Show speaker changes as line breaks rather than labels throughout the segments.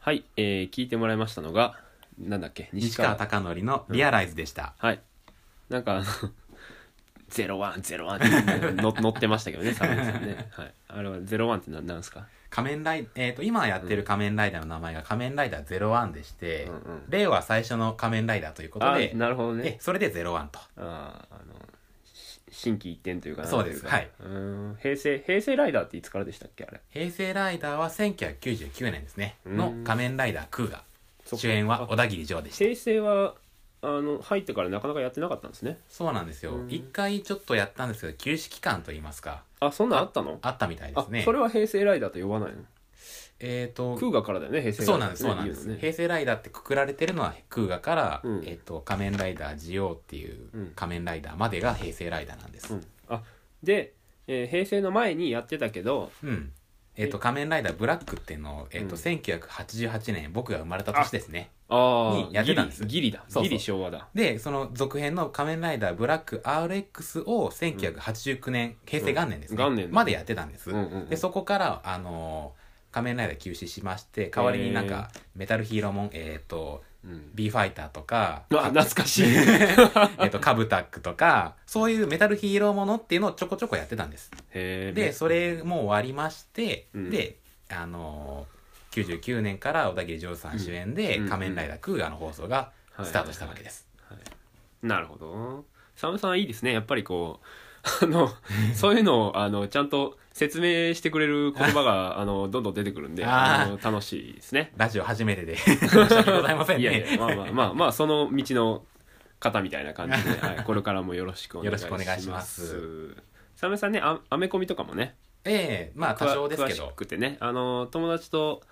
はい、えー聞いてもらいましたのが、なんだっけ、
西川貴教のリアライズでした。
はい。なんか、あの、 ゼロワン、ゼロワンっての乗ってましたけどね、サムネさんね。はい。あれはゼロワンってななんですか
仮面ライ、えっ、と、今やってる仮面ライダーの名前が仮面ライダー01でして、
うんうん
レイは最初の仮面ライダーということ
あ
で、
なるほど
え
ね。
それで01と。
あーあの、し新規一点というかなん
そうです
といか
はい。
うーん。平成、平成ライダーっていつからでしたっけ、あれ。
平成ライダーは1999年ですね。
うん
の仮面ライダークーガ。
そっか
主演は小田切城でした。
平成は、あの、入ってからなかなかやってなかったんですね。
そうなんですよ
う。ん
一回ちょっとやったんですけど、休止期間といいますか、
あ、そんなんあったの
あったみたいですね。
それは平成ライダーと呼ばないの
えっ、と、
空河からだよね、平成ラ
そう
イ
なん
ダー
で
ってね。
す、そうなんです。
言のね
平成ライダーってくくられてるのはクーガから、
うん
えっ、と、仮面ライダージオーっていう
うん
仮面ライダーまでが平成ライダーなんです。
うん、あで、えー平成の前にやってたけど
うん。えっ、と、仮面ライダーブラックっていうのを、えっ、と、
うん
1988年、僕が生まれた年ですね。
あ
に
あ
やってたんです
ギリだ
そうそう
ギリ昭和だ
で、その続編の仮面ライダーブラック RX を1989年、平成元年ですね。
元年
までやってたんです。
うんうんうん
で、そこから、あのー仮面ライダー休止しまして、代わりになんか、メタルヒーローもん、えっ、と、
うん、
B ファイターとか、
あ懐か しいへ
えっと、カブタックとか、そういうメタルヒーローものっていうのをちょこちょこやってたんです。
え
で、それも終わりまして、
うん
で、あのー、99年から小田切丈さん主演で
うん
「仮面ライダークーガ」の放送がスタートしたわけです、
なるほどサムさんいいですねやっぱりこうあ のそういうのをあのちゃんと説明してくれる言葉 があのどんどん出てくるんで
あ
あの楽しいですね
ラジオ初めてで申し訳ございません ね
いやいやまあまあまあまあその道の方みたいな感じで、 はい、これからもよろしくお願いします
よろしくお願いします
サムさんねあアメコミとかもね
ええまあ多少ですけ
詳
ど
しくてねあの友達と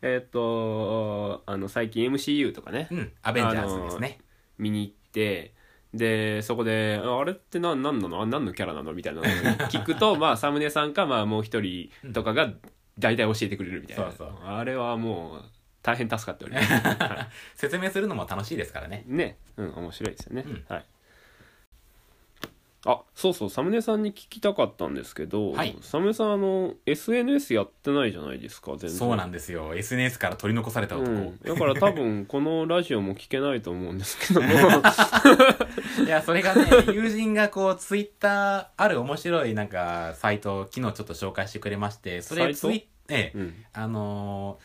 えーっ、とあの最近 MCU とかね、
うんアベンジャーズですね、
見に行ってでそこで「ああれって何ななのあ何のキャラなの?」みたいなのを聞く とまあサムネさんか、まあ、もう一人とかが大体教えてくれるみたいな、
そうそう
あれはもう大変助かっております は
説明するのも楽しいですからね
いねうん面白いですよね、
うん
はいあそうそうサムネさんに聞きたかったんですけど、
はい
サムネさんあの SNS やってないじゃないですか全然
そうなんですよ SNS から取り残された男、
うん、だから多分このラジオも聞けないと思うんです けども
いや、それ がね、友人がこう、ツイッター、ある面白いなんか、サイトを昨日ちょっと紹介してくれまして、そ
サイ
れ
ト
ツイええ、
うん
あの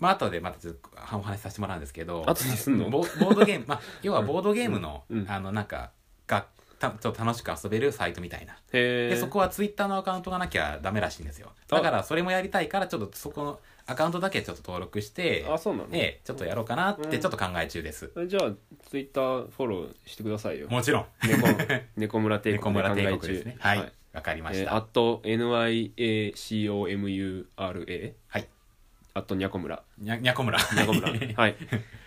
ーまあ、後でまたちょっとお話しさせてもらうんですけど、
後ですんの
ボボードゲーム、ま あ、要はボードゲームの、
うんうん
あの、なんか、がたちょっと楽しく遊べるサイトみたいな。
へ
で、
え
そこはツイッターのアカウントがなきゃダメらしいんですよ。だから、それもやりたいから、ちょっとそこのアカウントだけちょっと登録して、
あそうなの、
ええ、ちょっとやろうかなって、ちょっと考え中です。
じゃあツイッターフォローしてくださいよ
もちろん、
猫 猫村帝
猫
国
村
考
帝
え
国で
中
すね。はい。わ、かりまし
え
た。
ー、アット NYACOMURA
はい。
アットニャコ村
にゃ、にゃこむら。
ニャコ 村
はい。
はい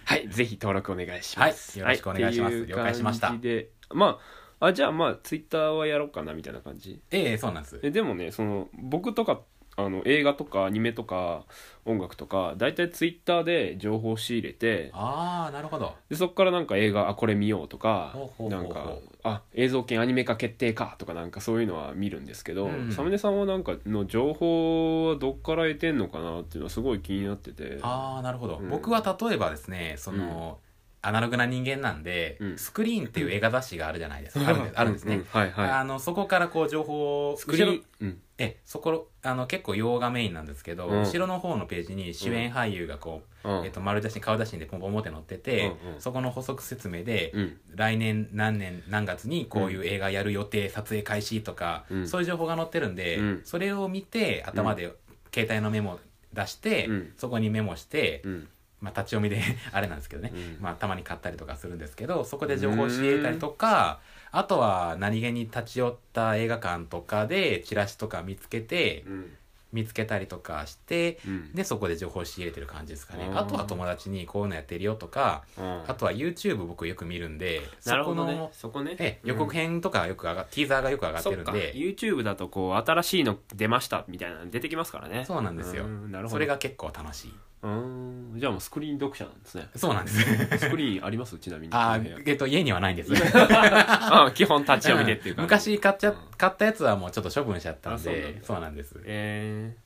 はいぜひ登録お願いします
はいよろしくお願いしま
はっ
す
てう
了解しました
感じでまああじゃあまあツイッターはやろうかなみたいな感じ
ええそうなんです。
えでもねその僕とかあの映画とかアニメとか音楽とか大体ツイッターで情報を仕入れて
ああ、なるほど。
でそこからなんか映画あこれ見ようとか
ほうほうほう
なんかあ映像権アニメ化決定かとかなんかそういうのは見るんですけど、
うん
サムネさんはなんかの情報はどっから得てんのかなっていうのはすごい気になってて
ああ、なるほど、
うん
僕は例えばですね、その、アナログな人間なんで、
うん
スクリーンっていう映画雑誌があるじゃないですか。あるんですあるんですね。
ううはいは
あの、そこからこう情報を、
いスクリ
後
ー
ろ
ン、うん、
え、そこ、あの、結構洋画メインなんですけど、
うん
後ろの方のページに主演俳優がこう、
うん
えっと、丸出しに顔出しにでポンポン持って載ってて、
うんうん
そこの補足説明で、
うん
来年何年何月にこういう映画やる予定、撮影開始とか、
うん
そういう情報が載ってるんで、
うん
それを見て頭で携帯のメモ出して、
うん
そこにメモして、
うん
まあ、立ち読みで あれなんですけどね、
うん
まあ、たまに買ったりとかするんですけどそこで情報を仕入れたりとかあとは何気に立ち寄った映画館とかでチラシとか見つけて
うん
見つけたりとかして
うん
でそこで情報を仕入れてる感じですかね
あー
あとは友達にこういうのやってるよとか
うん
あとは YouTube 僕よく見るんで
なるほど
そこ
ね
の
そこね
ええ予告編とかよく上がティーザーがよく上がって
そ
る
っ
ん
か
で
YouTube だとこう新しいの出ましたみたいなの出てきますからね
そうなんですよ
んなるほど
それが結構楽しい
うんじゃあもうスクリーン読者なんですね
そうなんです
スクリーンありますちなみに
あ
この部
ー
屋
えっと家にはないんです
あ基本立ち読みでっていうか、
昔買っちゃ、
うん
買ったやつはもうちょっと処分しちゃったん
あそうなん
で
だ
そうなんです
えー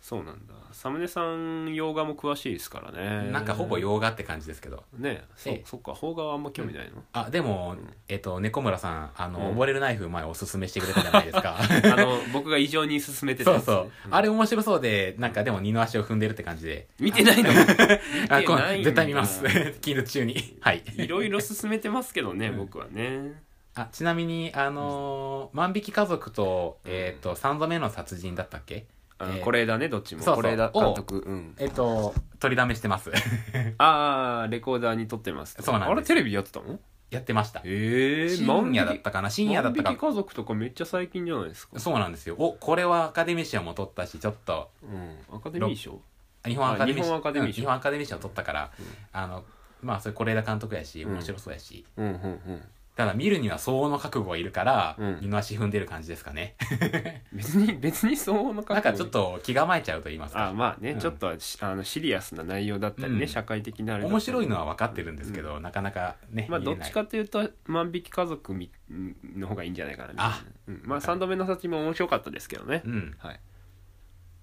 そうなんだサムネさん洋画も詳しいですからね
なんかほぼ洋画って感じですけど
ねそう
ええ
そっか邦画はあんま興味ないの、
あでも、えっと猫村さんあの、
うん
溺れるナイフ前おすすめしてくれたじゃないです か
あの僕が異常に勧めてた
そ
や
う
つ
そう、あれ面白そうでなんかでも二の足を踏んでるって感じで
見てないの
あ
見て
こ
ないんだ
絶対見ます 勤務中にはい
いろいろ勧めてますけどね僕はね
あちなみにあのー万引き家族と,、えっと3度目の殺人だったっけ
あ
ええ
是枝ねどっちも
そうそう
是枝監督うん
えっ、と取りだめしてます
ああレコーダーに撮ってます
そうなん
あ
です
れテレビやってたの
やってました
ええ
深夜だったかな深夜だった
万
か
引き家族とかめっちゃ最近じゃないですか
そうなんですよおこれはアカデミー賞も取ったしちょっと
うんアカデミー賞
日本アカデミー
あ日本アカデミー
うん
賞
日本アカデミー賞取ったから、あのまあそれ是枝監督やし
うん
面白そうやし、
うんうんうん
ただ見るには相応の覚悟がいるから、
うん
二の足踏んでる感じですかね
別に別にそうの
なんかちょっと気構えちゃうと言います
あ
か
まあね、
うん
ちょっとしあのシリアスな内容だったりね、
うん
社会的なあれだったり
面白いのは分かってるんですけど、なかなかね、
まあ
見
ど
れ
っ
ない
ちかというと万引き家族みの方がいいんじゃないかなみたいな
あ
うん、まあ3度目の殺人も面白かったですけどね、
うん
はい、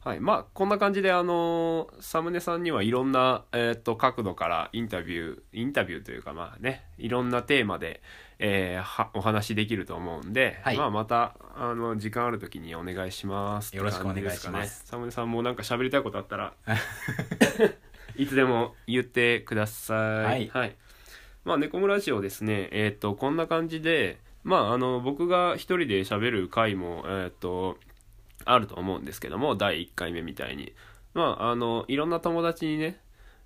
はい、まあこんな感じであのーサムネさんにはいろんな、えー、と角度からインタビューインタビューというかまあねいろんなテーマで、えーはお話しできると思うんで、
はい
まあ、またあの時間ある時にお願いします
よろしくお願いします
って感じでかねサムネさんもなんか喋りたいことあったら いつでも言ってください
はい
はいまあ、猫村ラジオですね、えっ、と、こんな感じで、まあ、あの、僕が一人で喋る回も、えっ、と、あると思うんですけども、第1回目みたいに。まあ、あの、いろんな友達にね、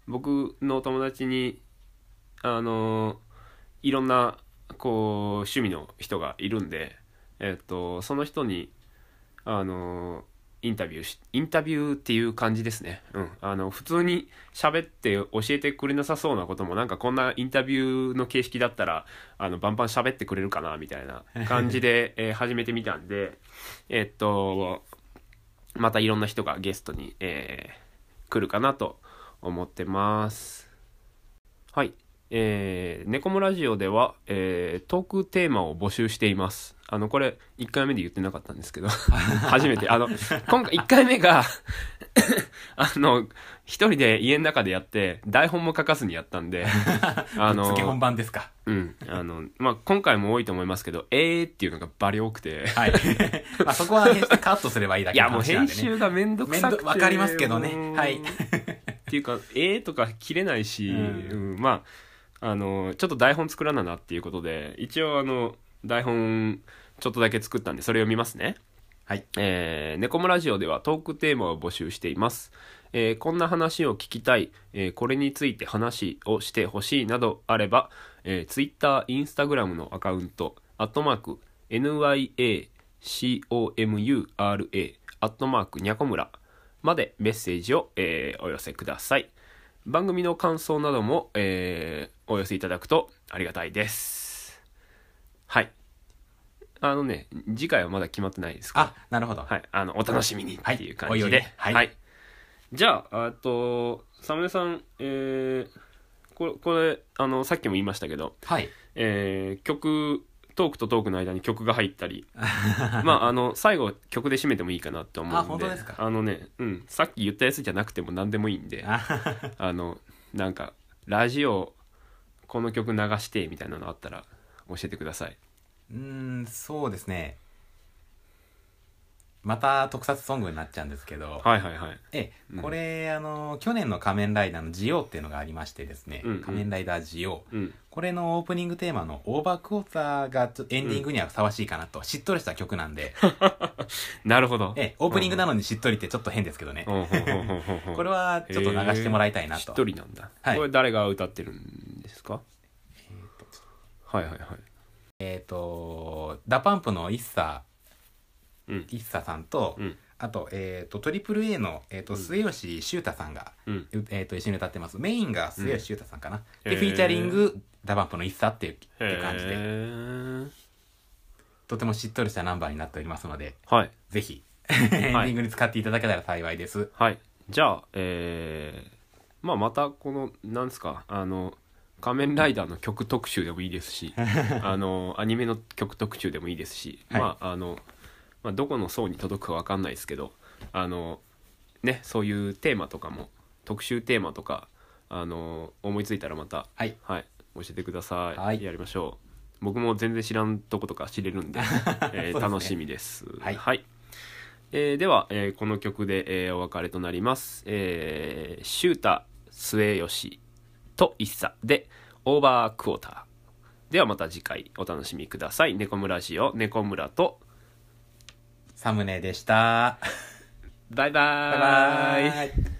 僕の友達に、あの、いろんな、こう、趣味の人がいるんで、えっ、と、その人に、あの、インタビューし、インタビューっていう感じですね。うん。あの、普通に喋って教えてくれなさそうなことも、なんかこんなインタビューの形式だったら、あの、バンバン喋ってくれるかな、みたいな感じで、えー始めてみたんで、えっと、またいろんな人がゲストに、えー来るかなと思ってます。はい。えー、ネコモラジオでは、えートークテーマを募集しています。あの、これ、1回目で言ってなかったんです けど、初めて。あの、今回、1回目が、 あの、一人で家の中でやって、台本も書かずにやったん で、あ
ぶっつけ本番ですか
うん。あの、まあ、今回も多いと思いますけど、えーっていうのがバリ多くて。
はい まあそこは編集カットすればいいだ
い
けの
や、もう
話なん
編
でね
集がめんどくさく
めん
て。
どわかりますけどね
もう
はい
っていうか、えーとか切れないし、
う
うんまあ、あの、ちょっと台本作らななっていうことで、一応あの、台本ちょっとだけ作ったんで、それを見ますね。
はい
えー、ネコムラジオではトークテーマを募集しています。えーこんな話を聞きたい、えーこれについて話をしてほしいなどあれば、えー、Twitter、Instagram のアカウント、アットマーク、NYACOMURA、アットマーク、にゃこむらまでメッセージを、えーお寄せください。番組の感想なども、えーお寄せいただくとありがたいです。はい。あのね、次回はまだ決まってないですけど
あなるほど
はい、あのお楽しみにっていう感じで、
はいおいおいねはい
じゃああとサムネさん、えーこれこれあのさっきも言いましたけど、
はい
えー曲トークとトークの間に曲が入った りまああの最後曲で締めてもいいかなって思うんで
あ本当ですか
あのね、うん、さっき言ったやつじゃなくても何でもいいんであ
あ
のなんかラジオこの曲流してみたいなのあったら教えてください。
うーんそうですねまた特撮ソングになっちゃうんですけど、
はいはいはい。
え
うん
えこれ、あの去年の「仮面ライダー」の「ジオ」っていうのがありましてですね「
うんうん
仮面ライダージオ
うん。」
これのオープニングテーマの「オーバークォーター」がちょっとエンディングにはふさわしいかなと、しっとりした曲な んで、
なるほど。
ええオープニングなのにしっとりってちょっと変ですけどね、
うんほんほんほんほんほん
これはちょっと流してもらいたいな
し
と,、
っとりなんだ、
はい
これ誰が歌ってるんですかはいはいはい
えっ、とダパンプのイッサ
うん
イッサさんと、
うん
あと,、えー、と AAA の、えー、と末吉修太さんが、
うん
うえー、と一緒に歌ってますメインが末吉修太さんかな、
うんへー
でフィーチャリングダバンプの一茶っていうって感じで
へー
とてもしっとりしたナンバーになっておりますので
はい
ぜひエンディングに使っていただけたら幸いです、
はいじゃあえー、まあまたこのなんですかあの仮面ライダーの曲特集でもいいです しあのアニメの曲特集でもいいですし、
はい
まああの、まあ、どこの層に届くかわかんないですけどあのねそういうテーマとかも特集テーマとかあの思いついたらまた
はい
はい教えてください、
はい
やりましょう僕も全然知らんとことか知れるん で、えー
そうですね
楽しみです
はい
えーでは、えーこの曲で、えーお別れとなります、えー、シュータ末吉と一茶でオーバークォーターではまた次回お楽しみください猫村ラジオ猫村と
サムネでした。
バイバ
バ
ー
イバイ。